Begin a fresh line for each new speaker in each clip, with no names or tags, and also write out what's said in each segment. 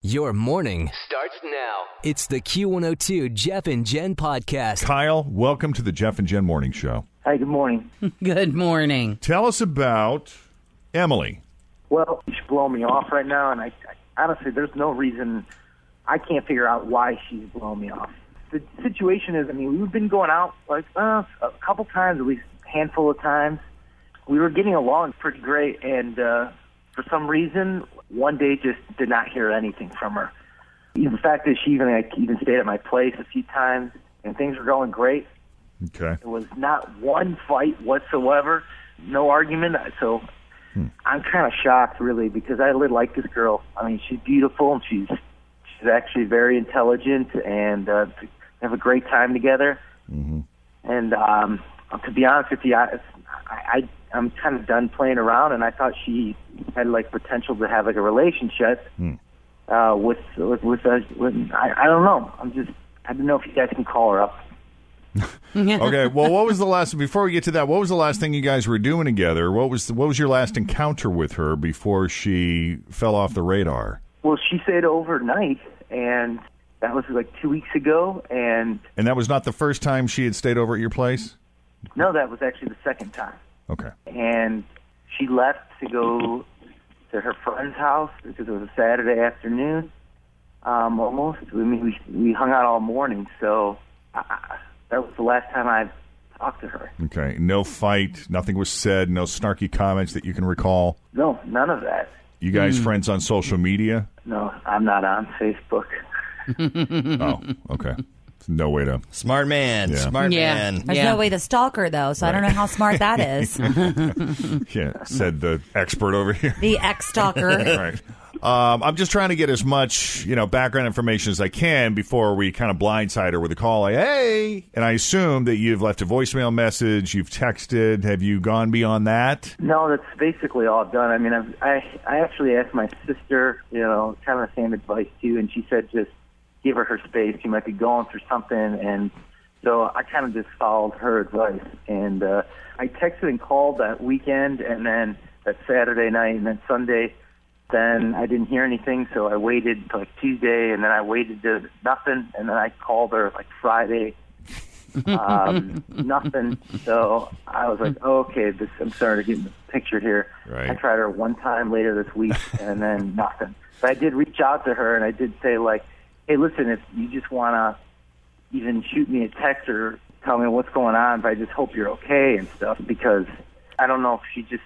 Your morning
starts now.
It's the Q102 Jeff and Jen podcast.
Kyle, welcome to the Jeff and Jen Morning Show.
Hi, good morning.
Good morning.
Tell us about Emily.
Well, she's blowing me off right now, and I, I honestly, there's no reason I can't figure out why she's blowing me off. The situation is, I mean, we've been going out like uh, a couple times, at least a handful of times. We were getting along pretty great, and uh, for some reason, one day just did not hear anything from her. The fact that she even like, even stayed at my place a few times, and things were going great.
Okay.
It was not one fight whatsoever, no argument. So I'm kind of shocked, really, because I really like this girl. I mean, she's beautiful and she's she's actually very intelligent, and uh, they have a great time together. Mm-hmm. And um, to be honest with you, I, I I'm kind of done playing around, and I thought she had like potential to have like a relationship uh, with with with, uh, with I, I don't know. I'm just I don't know if you guys can call her up.
Okay. Well, what was the last before we get to that? What was the last thing you guys were doing together? What was what was your last encounter with her before she fell off the radar?
Well, she stayed overnight, and that was like two weeks ago. And
And that was not the first time she had stayed over at your place.
no, that was actually the second time.
Okay.
And she left to go to her friend's house because it was a Saturday afternoon. Um, almost, I mean, we we hung out all morning, so I, I, that was the last time I talked to her.
Okay. No fight. Nothing was said. No snarky comments that you can recall.
No, none of that.
You guys friends on social media?
No, I'm not on Facebook.
Oh, okay. No way to.
Smart man.
Yeah.
Smart
Yeah.
man.
There's
Yeah.
no way to stalk her though, so I don't know how smart that is.
Yeah, said the expert over here.
the ex stalker.
right. Um, I'm just trying to get as much you know background information as I can before we kind of blindside her with a call like "Hey," and I assume that you've left a voicemail message, you've texted. Have you gone beyond that?
No, that's basically all I've done. I mean, I've, I I actually asked my sister, you know, kind of the same advice too, and she said just give her her space. She might be going through something, and so I kind of just followed her advice. And uh, I texted and called that weekend, and then that Saturday night, and then Sunday. Then I didn't hear anything, so I waited till like Tuesday, and then I waited to nothing, and then I called her like Friday, um, nothing. So I was like, oh, okay, this, I'm starting to get pictured here.
Right.
I tried her one time later this week, and then nothing. But I did reach out to her, and I did say like, hey, listen, if you just wanna even shoot me a text or tell me what's going on, but I just hope you're okay and stuff because I don't know if she just.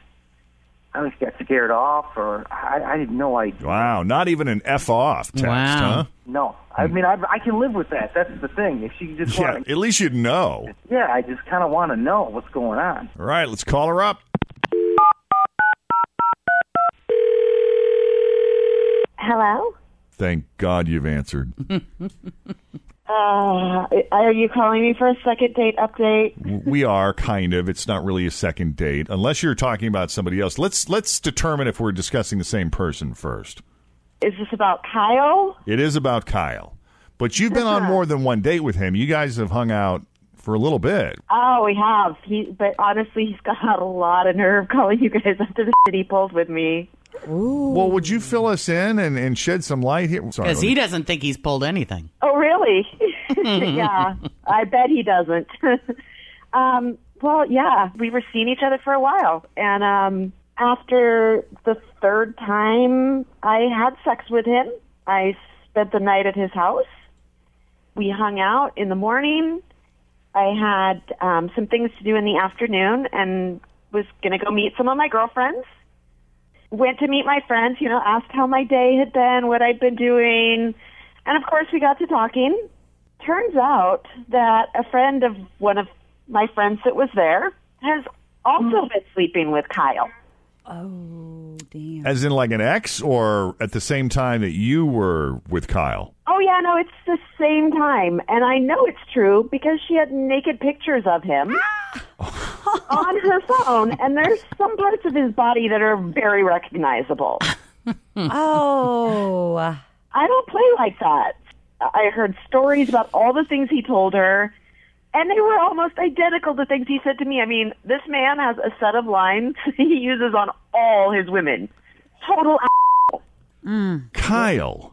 I don't know if she got scared off, or I, I had no idea.
Wow, not even an f off text,
Wow.
huh?
No, I mean I, I can live with that. That's the thing. If she just
Hmm. Yeah,
wanted
at least you'd know.
yeah, I just kind of want to know what's going on.
All right, let's call her up.
Hello?
Thank God you've answered.
Uh, are you calling me for a second date update?
we are kind of. It's not really a second date unless you're talking about somebody else. Let's let's determine if we're discussing the same person first.
Is this about Kyle?
It is about Kyle. But you've been
Uh-huh.
on more than one date with him. You guys have hung out for a little bit.
Oh, we have. He, but honestly, he's got a lot of nerve calling you guys after the shit he pulled with me.
Well, would you fill us in and, and shed some light here? Sorry,
Because
let
he
me-
doesn't think he's pulled anything.
Oh, really? yeah, I bet he doesn't. um, well, yeah, we were seeing each other for a while, and um, after the third time I had sex with him, I spent the night at his house. We hung out in the morning. I had um, some things to do in the afternoon, and was gonna go meet some of my girlfriends. Went to meet my friends, you know, asked how my day had been, what I'd been doing, and of course, we got to talking. Turns out that a friend of one of my friends that was there has also been sleeping with Kyle.
Damn.
As in like an ex or at the same time that you were with Kyle?
Oh yeah, no, it's the same time, and I know it's true because she had naked pictures of him on her phone, and there's some parts of his body that are very recognizable.
Oh.
I don't play like that. I heard stories about all the things he told her, and they were almost identical to things he said to me. I mean, this man has a set of lines he uses on all his women. Total
Kyle.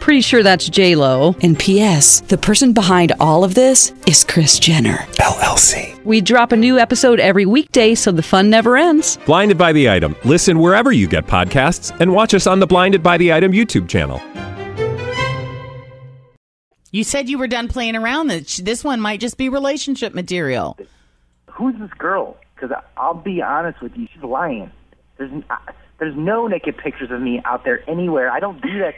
Pretty sure that's J Lo.
And P.S. The person behind all of this is Chris Jenner.
LLC.
We drop a new episode every weekday, so the fun never ends.
Blinded by the item. Listen wherever you get podcasts, and watch us on the Blinded by the Item YouTube channel.
You said you were done playing around. That sh- this one might just be relationship material.
who's this girl? Because I'll be honest with you, she's lying. There's n- I- there's no naked pictures of me out there anywhere. I don't do that.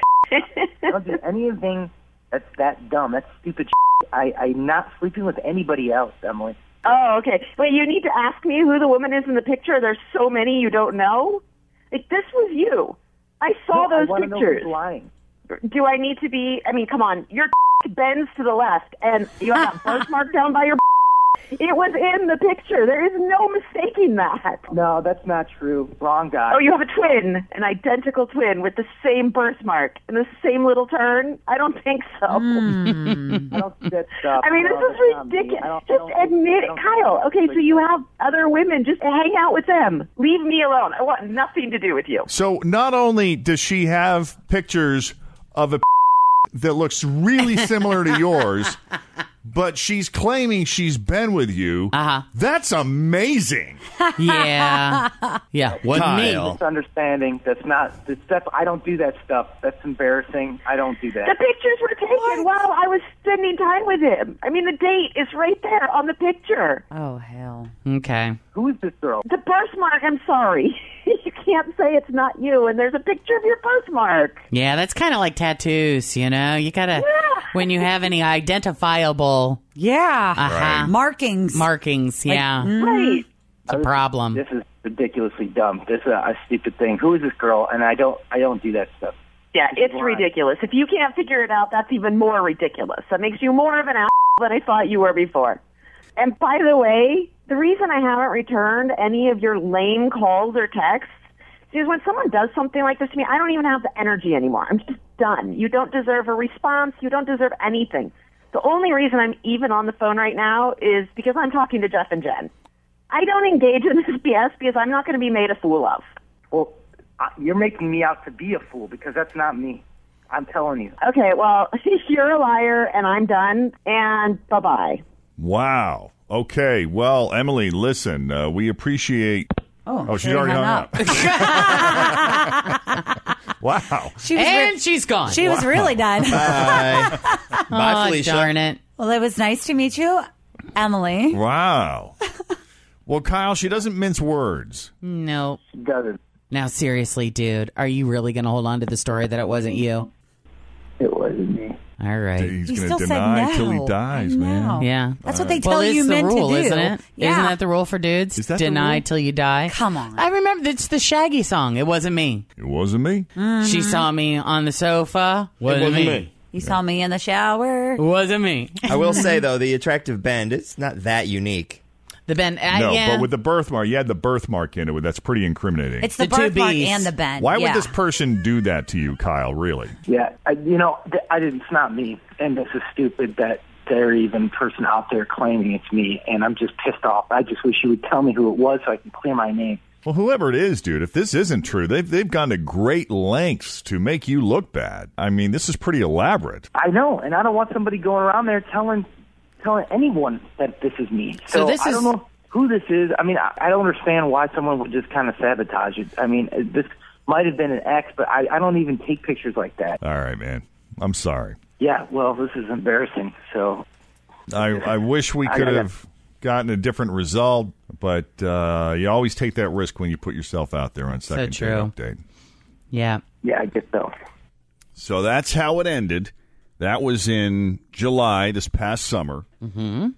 I don't do anything that's that dumb. That's stupid. I I'm not sleeping with anybody else, Emily.
Oh, okay. Wait, you need to ask me who the woman is in the picture. There's so many you don't know. Like this was you. I saw
I
those
want to know
pictures.
who's lying.
Do I need to be? I mean, come on. Your bends to the left, and you have that birthmark down by your. It was in the picture. There is no mistaking that.
No, that's not true. Wrong guy.
Oh, you have a twin, an identical twin with the same birthmark and the same little turn. I don't think so.
I don't do that stuff.
I mean,
No,
this
that's
is
not me. I
ridiculous.
don't- I
Just
don't-
admit
I
it,
don't-
Kyle. Okay, so
Please.
you have other women. Just hang out with them. Leave me alone. I want nothing to do with you.
So not only does she have pictures of a that looks really similar to yours, but she's claiming she's been with you. Uh-huh. That's amazing.
Yeah, yeah. Wasn't me.
Kyle.
Misunderstanding. That's not. That's, that's, I don't do that stuff. That's embarrassing. I don't do
The
that.
pictures were taken while I was spending time with him. I mean, the date is right there on the picture.
Oh, hell.
Okay.
Who is this girl?
The birthmark, I'm sorry. you can't say it's not you, and there's a picture of your birthmark.
Yeah, that's kind of like tattoos. You know, you gotta when you have any identifiable
Yeah.
uh-huh,
Markings.
markings. Yeah,
Right.
it's a problem.
mm. This is ridiculously dumb. This is a, a stupid thing. Who is this girl? And I don't. I don't do that stuff.
Yeah, it's ridiculous. If you can't figure it out, that's even more ridiculous. That makes you more of an asshole than I thought you were before. And by the way, the reason I haven't returned any of your lame calls or texts is when someone does something like this to me, I don't even have the energy anymore. I'm just done. You don't deserve a response. You don't deserve anything. The only reason I'm even on the phone right now is because I'm talking to Jeff and Jen. I don't engage in this BS because I'm not going to be made a fool of.
Well, I, you're making me out to be a fool because that's not me. I'm telling you.
Okay, well, you're a liar, and I'm done, and bye bye.
Wow. Okay. Well, Emily, listen, uh, we appreciate. Oh, she's
they
already hung
hung
up. wow.
She was, re-
and she's gone.
she was really done.
Bye. Bye,
oh,
Felicia.
darn it.
well, it was nice to meet you, Emily.
Wow. Well, Kyle, she doesn't mince words.
No.
She doesn't.
Now, seriously, dude, are you really going to hold on to the story that it wasn't you?
It wasn't me.
All right.
He's
He
going
still
to
said
deny
no.
till he dies,
I
man.
know.
Yeah.
That's what they tell
Well, it's
you
the
men
rule,
to do.
isn't it?
Yeah.
not that the rule for dudes?
Is that the
Deny
rule?
till you die.
Come on.
I remember it's the Shaggy song. It wasn't me.
It wasn't me.
Mm. Mm-hmm.
She saw me on the sofa. Wasn't,
It wasn't
me.
me.
you saw me in the shower.
Wasn't me.
I will say though, the attractive bend, it's not that unique.
The Ben. I,
No,
yeah.
but with the birthmark, you had the birthmark in it. That's pretty incriminating.
It's the,
The two
birthmark
Bs.
and the bend.
Why
yeah.
would this person do that to you, Kyle? Really?
Yeah, I, you know, th- I didn't. It's not me, and this is stupid that there are even person out there claiming it's me, and I'm just pissed off. I just wish you would tell me who it was so I can clear my name.
Well, whoever it is, dude, if this isn't true, they've they've gone to great lengths to make you look bad. I mean, this is pretty elaborate.
I know, and I don't want somebody going around there telling telling anyone that this is me.
So
So,
this
I
is-
don't know who this is. I mean, I, I don't understand why someone would just kind of sabotage it. I mean, this might have been an ex, but I, I don't even take pictures like that.
All right, man. I'm sorry.
Yeah, well, this is embarrassing. So
I, I wish we
I
could
gotta-
have gotten a different result, but uh, you always take that risk when you put yourself out there on second
true.
date update.
Yeah.
Yeah, I guess so.
So that's how it ended. That was in July this past summer. Mm-hmm.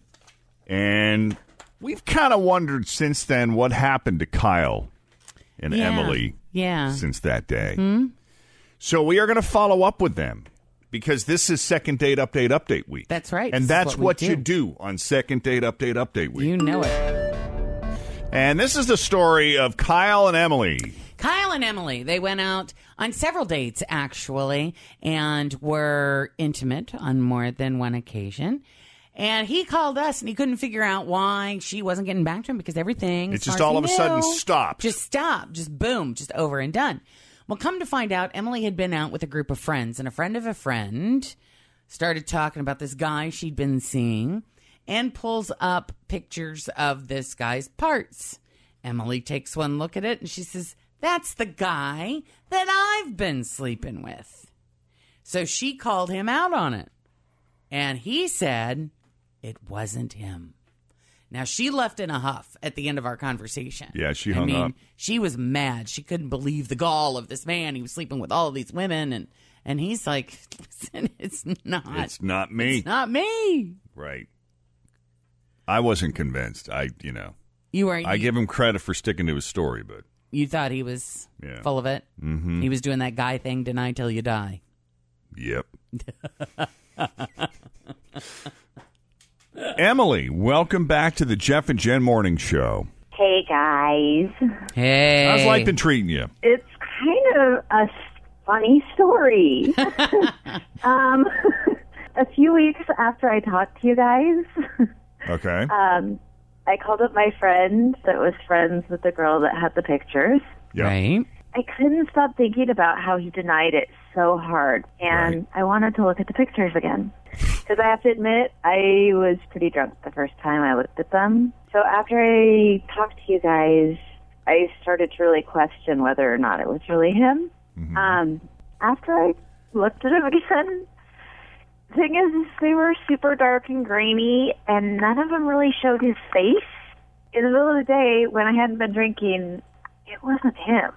And we've kind of wondered since then what happened to Kyle and
Yeah.
Emily
Yeah.
since that day.
Hmm?
So we are going to follow up with them because this is second date update update week.
That's right.
And
This is
that's
what
what,
we
you do on second date update update week.
You know it.
And this is the story of Kyle and Emily.
Kyle and Emily, they went out on several dates actually and were intimate on more than one occasion. And he called us and he couldn't figure out why she wasn't getting back to him because everything
It
as far
just
as he
all of a sudden
knew,
stopped.
Just stopped, just boom, just over and done. Well, come to find out, Emily had been out with a group of friends and a friend of a friend started talking about this guy she'd been seeing and pulls up pictures of this guy's parts. Emily takes one look at it and she says, That's the guy that I've been sleeping with. So she called him out on it. And he said it wasn't him. Now she left in a huff at the end of our conversation.
Yeah, she hung
I mean,
up.
she was mad. She couldn't believe the gall of this man. He was sleeping with all of these women and and he's like, Listen, it's not
It's not me.
it's not me.
Right. I wasn't convinced. I, you know,
You were
I give him credit for sticking to his story, but
you thought he was
Yeah.
full of it.
Mhm.
He was doing that guy thing, deny till you die.
yep. Emily, welcome back to the Jeff and Jen Morning Show.
Hey guys,
Hey.
How's life been treating you?
it's kind of a s- funny story. um, a few weeks after I talked to you guys,
Okay.
um, I called up my friend that was friends with the girl that had the pictures.
Right.
I couldn't stop thinking about how he denied it so hard, and I wanted to look at the pictures again. Because I have to admit, I was pretty drunk the first time I looked at them. So after I talked to you guys, I started to really question whether or not it was really him. Um, after I looked at him again, thing is, they were super dark and grainy, and none of them really showed his face. In the middle of the day, when I hadn't been drinking, it wasn't him.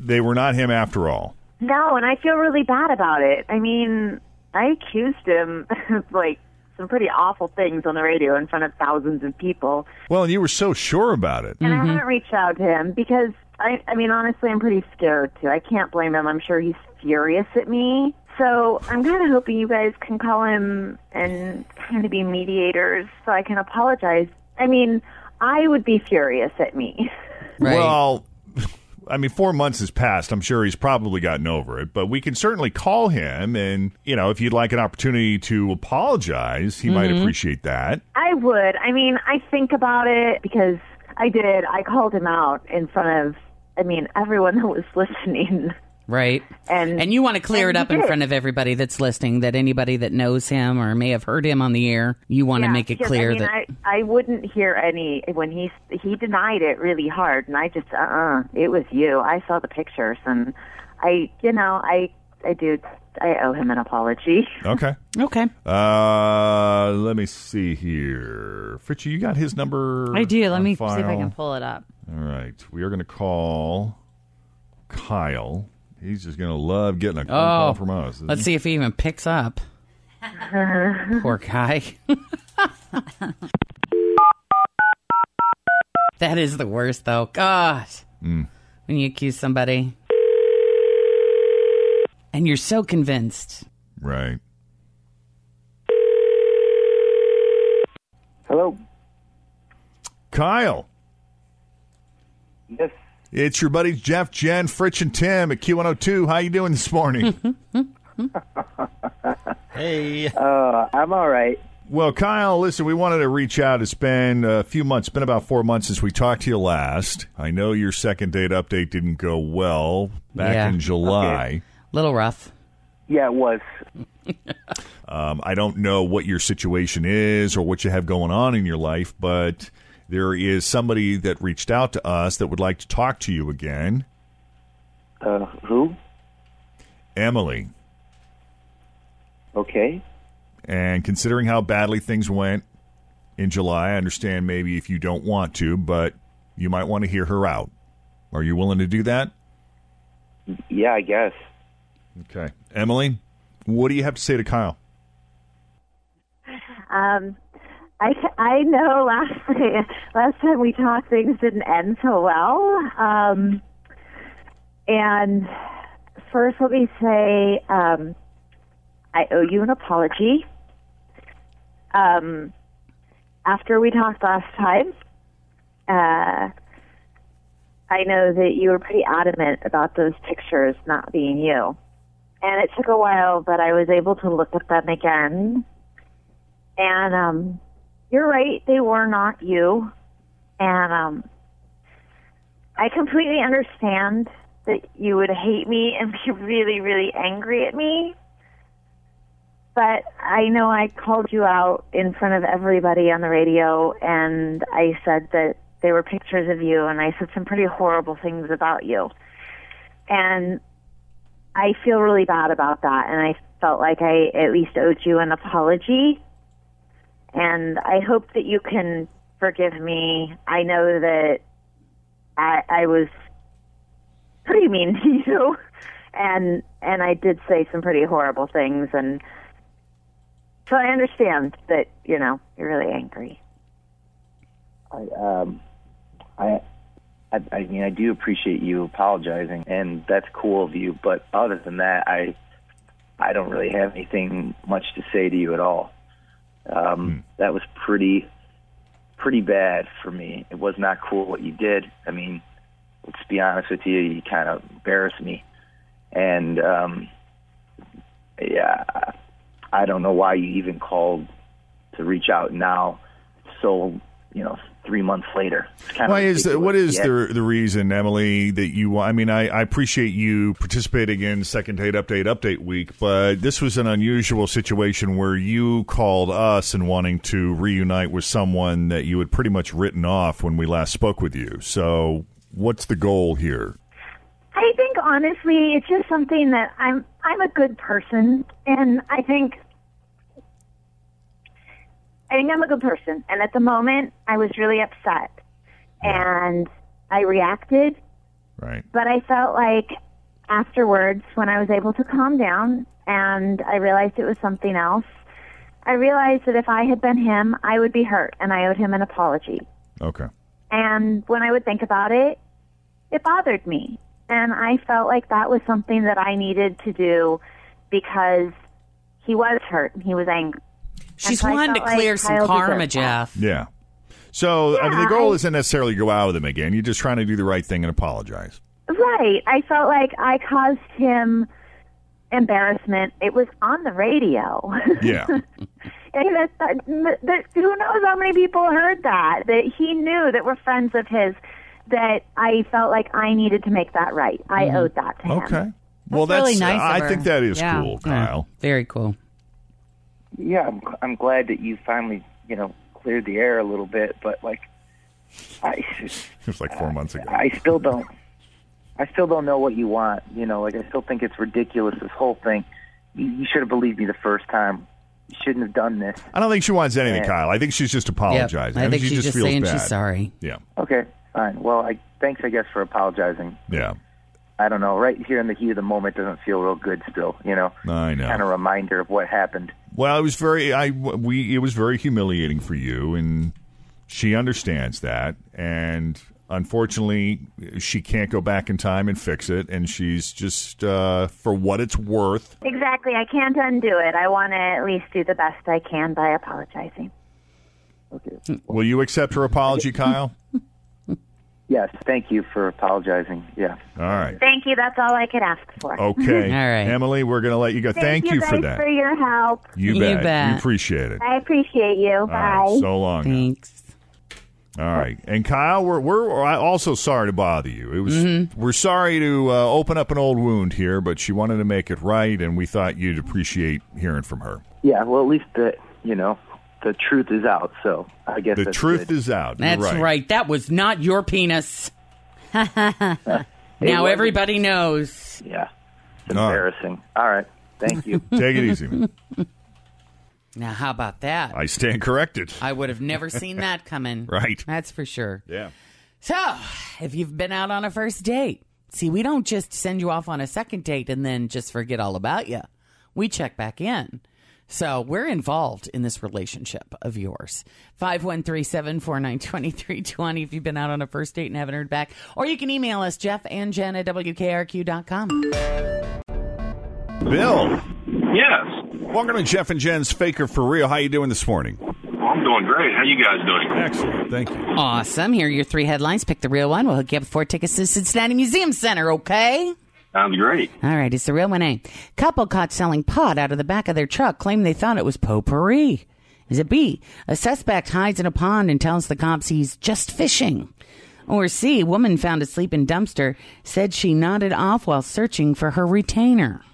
They were not him after all.
No, and I feel really bad about it. I mean, I accused him of like some pretty awful things on the radio in front of thousands of people,
Well, and you were so sure about it.
and I haven't reached out to him because I, I mean, honestly, I'm pretty scared too. I can't blame him. I'm sure he's furious at me. So I'm kind of hoping you guys can call him and kind of be mediators so I can apologize. I mean, I would be furious at me.
Well, I mean, four months has passed. I'm sure he's probably gotten over it, but we can certainly call him. And, you know, if you'd like an opportunity to apologize, he might
Mhm.
appreciate that.
I would. I mean, I think about it because I did. I called him out in front of, I mean, everyone that was listening.
Right.
And
and you want to clear it
and
up
you
in
did.
front of everybody that's listening, that anybody that knows him or may have heard him on the air, you want to
Yeah,
make it
because,
clear
I mean,
that
I, I wouldn't hear any when he he denied it really hard, and I just uh uh it was you. I saw the pictures, and I you know I I do I owe him an apology.
Okay.
Okay.
Uh, let me see here. Fritchie, you got his number?
I do. Let
on
me see if I
file?
can pull it up.
All right. We are going to call Kyle. He's just going to love getting a phone call
Oh,
from us. isn't
let's
he?
see if he even picks up. Poor guy. that is the worst, though. God. When you accuse somebody and you're so convinced.
Right.
Hello.
Kyle.
Yes.
It's your buddies Jeff, Jen, Fritch, and Tim at Q102. How you doing this morning?
Hey. Uh, I'm all right.
well, Kyle, listen, we wanted to reach out. It's been a few months. It's been about four months since we talked to you last. I know your second date update didn't go well back
Yeah.
in July.
Little rough.
Yeah, it was.
Um, I don't know what your situation is or what you have going on in your life, but there is somebody that reached out to us that would like to talk to you again.
Uh, who?
Emily.
Okay.
And considering how badly things went in July, I understand maybe if you don't want to, but you might want to hear her out. Are you willing to do that?
Yeah, I guess.
Okay. Emily, what do you have to say to Kyle?
Um, I, I know last last time we talked, things didn't end so well. Um, and first, let me say um, I owe you an apology. Um, after we talked last time, uh, I know that you were pretty adamant about those pictures not being you. And it took a while, but I was able to look at them again. And um, you're right, they were not you. And um, I completely understand that you would hate me and be really, really angry at me. But I know I called you out in front of everybody on the radio, and I said that they were pictures of you, and I said some pretty horrible things about you. And I feel really bad about that, and I felt like I at least owed you an apology. And I hope that you can forgive me. I know that I, I was pretty mean to you, and and I did say some pretty horrible things, and so I understand that you know you're really angry.
I um, I, I, I mean, I do appreciate you apologizing, and that's cool of you. But other than that, I, I don't really have anything much to say to you at all.
Hmm.
Um, That was pretty, pretty bad for me. It was not cool what you did. I mean, let's be honest with you, you kind of embarrassed me, and um, yeah, I- I don't know why you even called to reach out now. So you know, three months later, it's kind
Why
of
is the, what is
Yeah.
the the reason, Emily, that you? wa- I mean, I, I appreciate you participating in Second Date Update Update Week, but this was an unusual situation where you called us and wanting to reunite with someone that you had pretty much written off when we last spoke with you. So, what's the goal here?
I think honestly, it's just something that I'm I'm a good person, and I think I think I'm a good person. And at the moment, I was really upset, and I reacted.
Right.
But I felt like afterwards, when I was able to calm down and I realized it was something else, I realized that if I had been him, I would be hurt, and I owed him an apology.
Okay.
And when I would think about it, it bothered me. And I felt like that was something that I needed to do because he was hurt and he was angry.
She's
And so I
wanting to
felt like
clear some
Kyle
karma,
deserved that.
Jeff.
Yeah. So, I mean, the goal
I-
isn't necessarily to go out with them again. You're just trying to do the right thing and apologize.
Right. I felt like I caused him embarrassment. It was on the radio.
Yeah.
And that, that, that, who knows how many people heard that? That he knew that we're friends of his. That I felt like I needed to make that right. I
Mhm.
owed that to him.
Mm-hmm. Okay. well,
That's
that's
really nice
I
of her.
think that is
Yeah.
cool,
Yeah.
Kyle.
Very cool.
yeah, I'm, I'm glad that you finally, you know, cleared the air a little bit, but like, I,
It was like four months ago.
I still don't, I still don't know what you want. You know, like I still think it's ridiculous this whole thing. You, you should have believed me the first time. You shouldn't have done this.
I don't think she wants anything,
Yeah.
Kyle. I think she's just apologizing.
I think
she
she's just
feels
saying
bad.
she's sorry.
Yeah.
Okay, fine. Well, I thanks, I guess, for apologizing.
Yeah.
I don't know. Right here in the heat of the moment doesn't feel real good. Still, you know,
I know.
kind of reminder of what happened.
Well, it was very I we it was very humiliating for you and she understands that and unfortunately she can't go back in time and fix it and she's just uh for what it's worth.
Exactly. I can't undo it. I want to at least do the best I can by apologizing.
Will you accept her apology, Kyle?
Yes, thank you for apologizing. Yeah.
All right.
Thank you. That's all I could ask for.
Okay. Emily, we're going to let you go. Oh, Thank, you,
guys
for that.
for your help.
you bet. We appreciate it.
I appreciate you.
All right,
Bye.
so long.
Thanks.
All right, and Kyle, we're we're also sorry to bother you. It was
Mm-hmm.
we're sorry to uh, open up an old wound here, but she wanted to make it right, and we thought you'd appreciate hearing from her.
Yeah. Well, at least the you know the truth is out. So I guess
The
that's
truth
good.
is out.
That's right. That was not your penis. now
wasn't.
everybody knows.
Yeah. It's embarrassing. All right. Thank you.
Take it easy. man.
Now, how about that?
I stand corrected.
I would have never seen that coming.
Right.
That's for sure.
Yeah.
So, if you've been out on a first date, see, we don't just send you off on a second date and then just forget all about you. We check back in. So, we're involved in this relationship of yours. 513-749-2320 if you've been out on a first date and haven't heard back. Or you can email us, Jeff and Jen at WKRQ.com.
Bill.
Yes.
Welcome to Jeff and Jen's Faker for Real. How you doing this morning?
I'm doing great. How you guys doing?
Excellent. Thank you.
Awesome. Here are your three headlines. Pick the real one. We'll hook you up with four tickets to the Cincinnati Museum Center, okay?
Sounds great.
All right, it's the real one, A. Couple caught selling pot out of the back of their truck claim they thought it was potpourri. Is it B? A suspect hides in a pond and tells the cops he's just fishing. Or C? Woman found asleep in dumpster said she nodded off while searching for her retainer.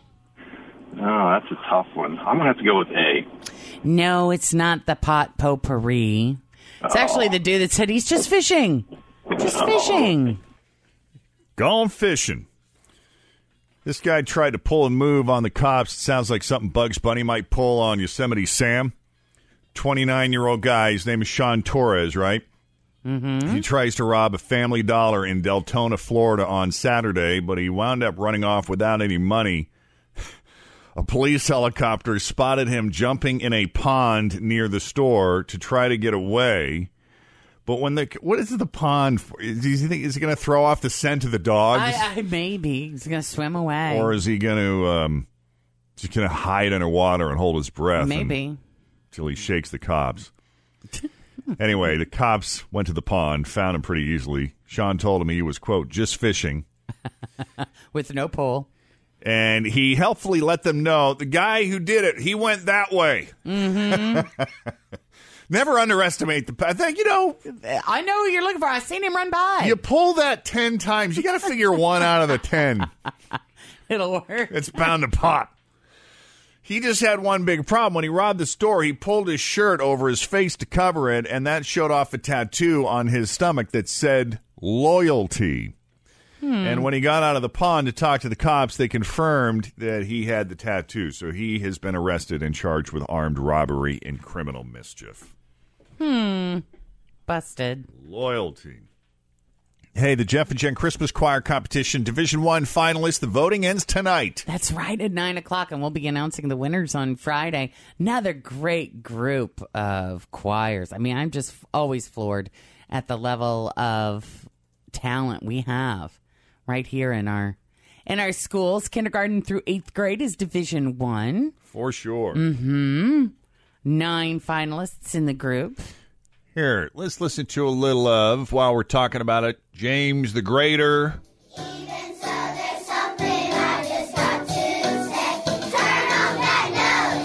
Oh, that's a tough one. I'm gonna have to go with A.
No, it's not the pot potpourri. It's actually the dude that said he's just fishing. Just fishing.
Gone fishing. This guy tried to pull and move on the cops. It sounds like something Bugs Bunny might pull on Yosemite Sam. 29 year old guy. His name is Sean Torres, right? Mm-hmm. He tries to rob a family dollar in Deltona, Florida on Saturday, but he wound up running off without any money. A police helicopter spotted him jumping in a pond near the store to try to get away. But when the what is the pond for? Is, do you think is he going to throw off the scent of the dogs?
I, I, maybe he's gonna swim away.
or is he going to um, just going to hide underwater and hold his breath?
Maybe.
until he shakes the cops. anyway, the cops went to the pond, found him pretty easily. Sean told him he was quote just fishing,
with no pole,
and he helpfully let them know the guy who did it. He went that way.
Mm-hmm.
Never underestimate the. I think you know
I know who you're looking for. I've seen him run by.
you pull that ten times. You got to figure one out of the ten.
It'll work.
It's bound to pop. He just had one big problem. When he robbed the store, he pulled his shirt over his face to cover it, and that showed off a tattoo on his stomach that said loyalty. And when he got out of the pond to talk to the cops, they confirmed that he had the tattoo. So he has been arrested and charged with armed robbery and criminal mischief.
Hmm. Busted.
Loyalty. Hey, the Jeff and Jen Christmas Choir Competition Division One finalists. The voting ends tonight.
That's right at nine o'clock, and we'll be announcing the winners on Friday. Another great group of choirs. I mean, I'm just f- always floored at the level of talent we have right here in our in our schools. Kindergarten through eighth grade is Division One.
For sure.
Hmm. Nine finalists in the group.
Here, let's listen to a little of while we're talking about it. James the Greater.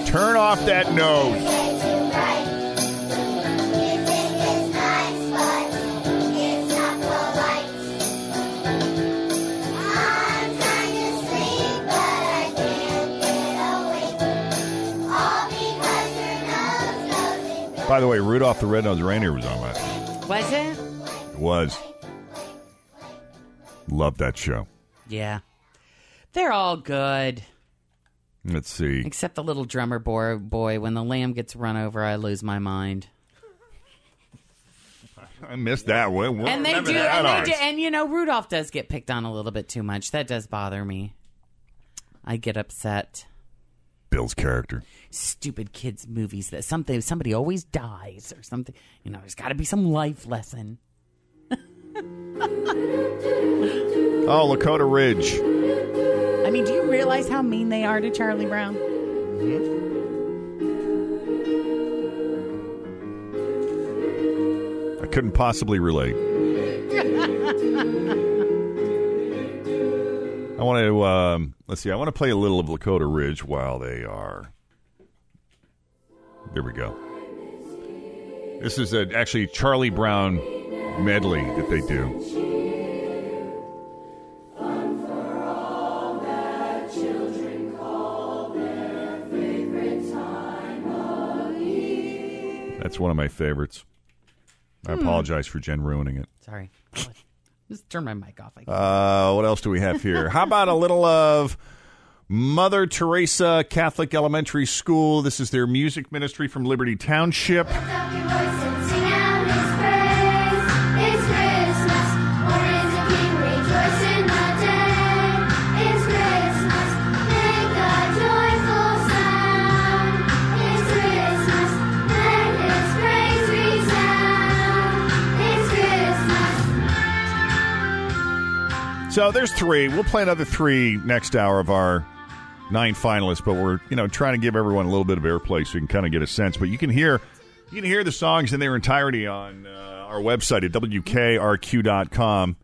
Turn off that nose. By the way, Rudolph the Red-Nosed Reindeer was on last night.
Was it?
It was. Love that show.
Yeah. They're all good.
Let's see.
Except the little drummer boy, boy when the lamb gets run over, I lose my mind.
I missed that one. We'll
and they
remember
do,
that
and
ours.
they do, and you know, Rudolph does get picked on a little bit too much. That does bother me. I get upset.
Bill's character.
Stupid kids movies that something somebody always dies or something. You know, there's got to be some life lesson.
Oh, Lakota Ridge.
I mean, do you realize how mean they are to Charlie Brown?
I couldn't possibly relate. I want to um, let's see. I want to play a little of Lakota Ridge while they are. There we go. This is a, actually Charlie Brown medley that they do.
Children call their favorite time of year.
That's one of my favorites. I
Hmm.
apologize for Jen ruining it.
Sorry. Just turn my mic off.
Uh, what else do we have here? How about a little of Mother Teresa Catholic Elementary School? This is their music ministry from Liberty Township. So there's three. We'll play another three next hour of our nine finalists, but we're you know trying to give everyone a little bit of airplay so you can kind of get a sense. But you can hear you can hear the songs in their entirety on uh, our website at wkrq.com,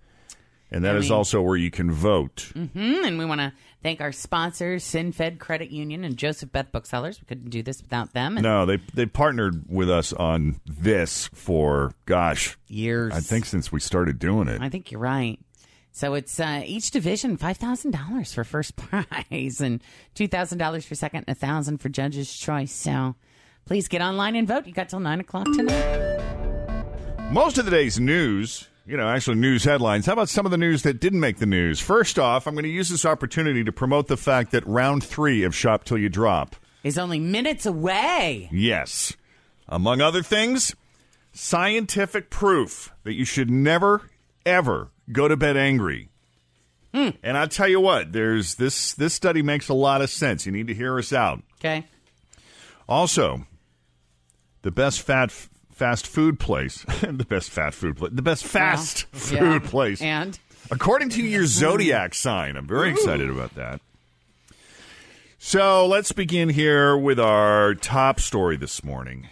and that is
I mean-
also where you can vote.
hmm And we want to thank our sponsors, SinFed Credit Union and Joseph Beth Booksellers. We couldn't do this without them. And
No, they they partnered with us on this for gosh
years.
I think since we started doing it.
I think you're right. So it's uh, each division five thousand dollars for first prize and two thousand dollars for second, and a thousand for judges' choice. So please get online and vote. You got till nine o'clock tonight.
Most of the day's news, you know, actually news headlines. How about some of the news that didn't make the news? First off, I'm going to use this opportunity to promote the fact that round three of Shop Till You Drop
is only minutes away.
Yes. Among other things, scientific proof that you should never, ever go to bed angry.
Hmm.
And I tell you what, there's this this study makes a lot of sense. You need to hear us out.
Okay.
Also, the best fat fast food place, the best fat food place, the best fast
Well,
food
yeah.
place.
And
According to your zodiac sign, I'm very excited about that. So let's begin here with our top story this morning.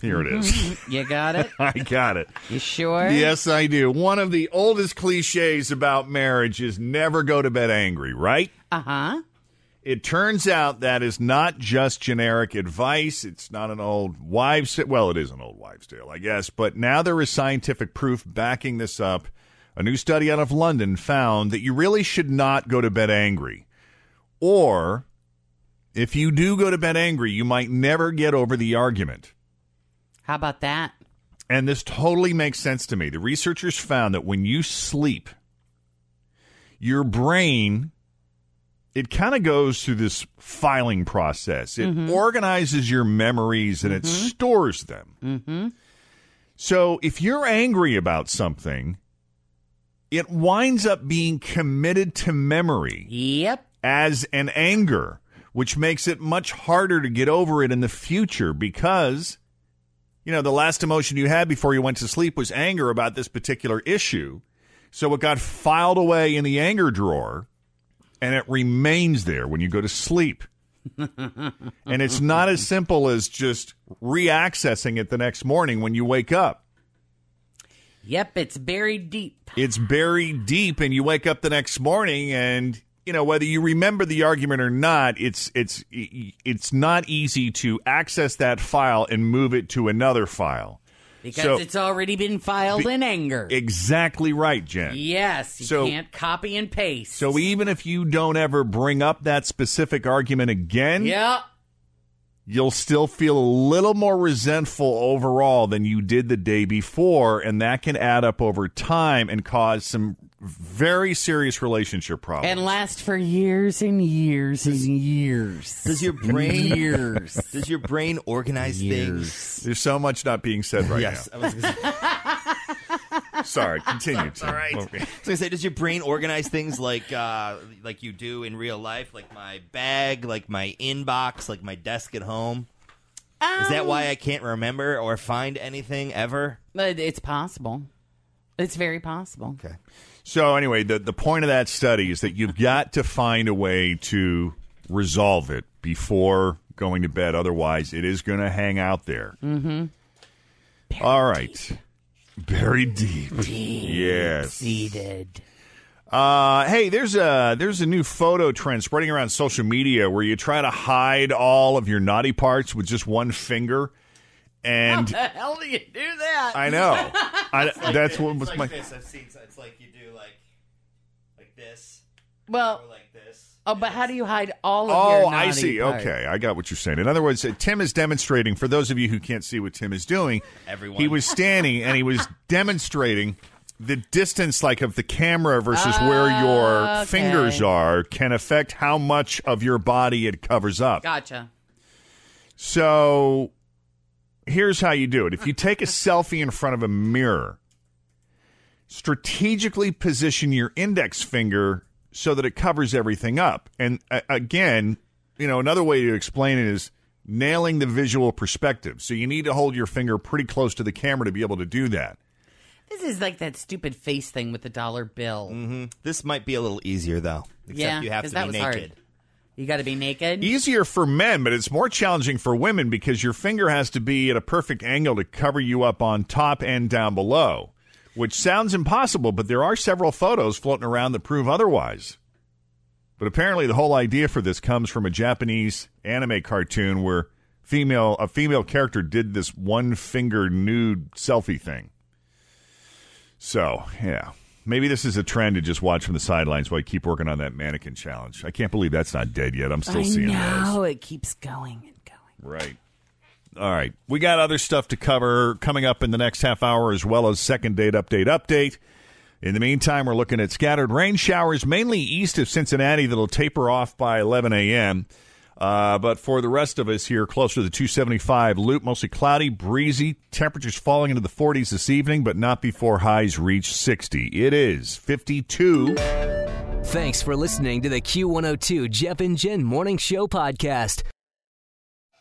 Here it is.
you got it?
I got it.
You sure?
Yes, I do. One of the oldest cliches about marriage is never go to bed angry, right?
Uh huh.
It turns out that is not just generic advice. It's not an old wives' tale. Well, it is an old wives' tale, I guess. But now there is scientific proof backing this up. A new study out of London found that you really should not go to bed angry. Or if you do go to bed angry, you might never get over the argument.
How about that?
And this totally makes sense to me. The researchers found that when you sleep, your brain it kind of goes through this filing process. It organizes your memories and it stores them.
Mm-hmm.
So if you're angry about something, it winds up being committed to memory.
Yep.
As an anger, which makes it much harder to get over it in the future because you know, the last emotion you had before you went to sleep was anger about this particular issue. So it got filed away in the anger drawer and it remains there when you go to sleep. and it's not as simple as just reaccessing it the next morning when you wake up.
Yep. It's buried deep.
It's buried deep, and you wake up the next morning, and you know whether you remember the argument or not. It's it's it's not easy to access that file and move it to another file.
Because
So-
it's already been filed in anger.
Exactly right, Jen.
Yes. You
So-
can't copy and paste.
So even if you don't ever bring up that specific argument again,
Yep.
you'll still feel a little more resentful overall than you did the day before, and that can add up over time and cause some very serious relationship problems.
And last for years and years and years.
Does your brain
years?
Does your brain organize things?
There's so much not being said right
yes,
now.
I was gonna say-
Sorry, continue. Tim.
all right. I was
Okay.
gonna say, does your brain organize things like uh, like you do in real life, like my bag, like my inbox, like my desk at home? Is that
Um,
why I can't remember or find anything ever?
But It's possible. It's very possible.
Okay. So anyway, the the point of that study is that you've got to find a way to resolve it before going to bed. Otherwise, it is going to hang out there.
Mm-hmm.
All right. Buried deep. Yes.
Seated.
Uh, hey, there's a there's a new photo trend spreading around social media where you try to hide all of your naughty parts with just one finger, and
How the hell do you do that?
I know. I, that's what was my
I've seen. It's like you do like like this.
Well, oh, but how do you hide all of your
Oh,
naughty
I see.
parts?
Okay, I got what you're saying. In other words, uh, Tim is demonstrating. For those of you who can't see what Tim is doing,
Everyone.
he was standing and he was demonstrating the distance, like of the camera versus where your
Ah, Okay.
fingers are, can affect how much of your body it covers up.
Gotcha.
So here's how you do it. If you take a selfie in front of a mirror, strategically position your index finger so that it covers everything up. And uh, again, you know, another way to explain it is nailing the visual perspective. So you need to hold your finger pretty close to the camera to be able to do that.
This is like that stupid face thing with the dollar bill. Mm-hmm.
This might be a little easier though. Except
yeah,
you have
'cause
to
that was
be naked.
Hard. You got to be naked.
Easier for men, but it's more challenging for women because your finger has to be at a perfect angle to cover you up on top and down below, which sounds impossible, but there are several photos floating around that prove otherwise. But apparently the whole idea for this comes from a Japanese anime cartoon where female a female character did this one finger nude selfie thing. So, yeah. Maybe this is a trend to just watch from the sidelines while you keep working on that mannequin challenge. I can't believe that's not dead yet. I'm still
I
seeing those.
know it keeps going.
Right. All right. We got other stuff to cover coming up in the next half hour, as well as second date update update. In the meantime, we're looking at scattered rain showers, mainly east of Cincinnati, that'll taper off by 11 a.m. Uh, but for the rest of us here, closer to the 275 loop, mostly cloudy, breezy, temperatures falling into the 40s this evening, but not before highs reach 60. It is 52.
Thanks for listening to the Q102 Jeff and Jen Morning Show podcast.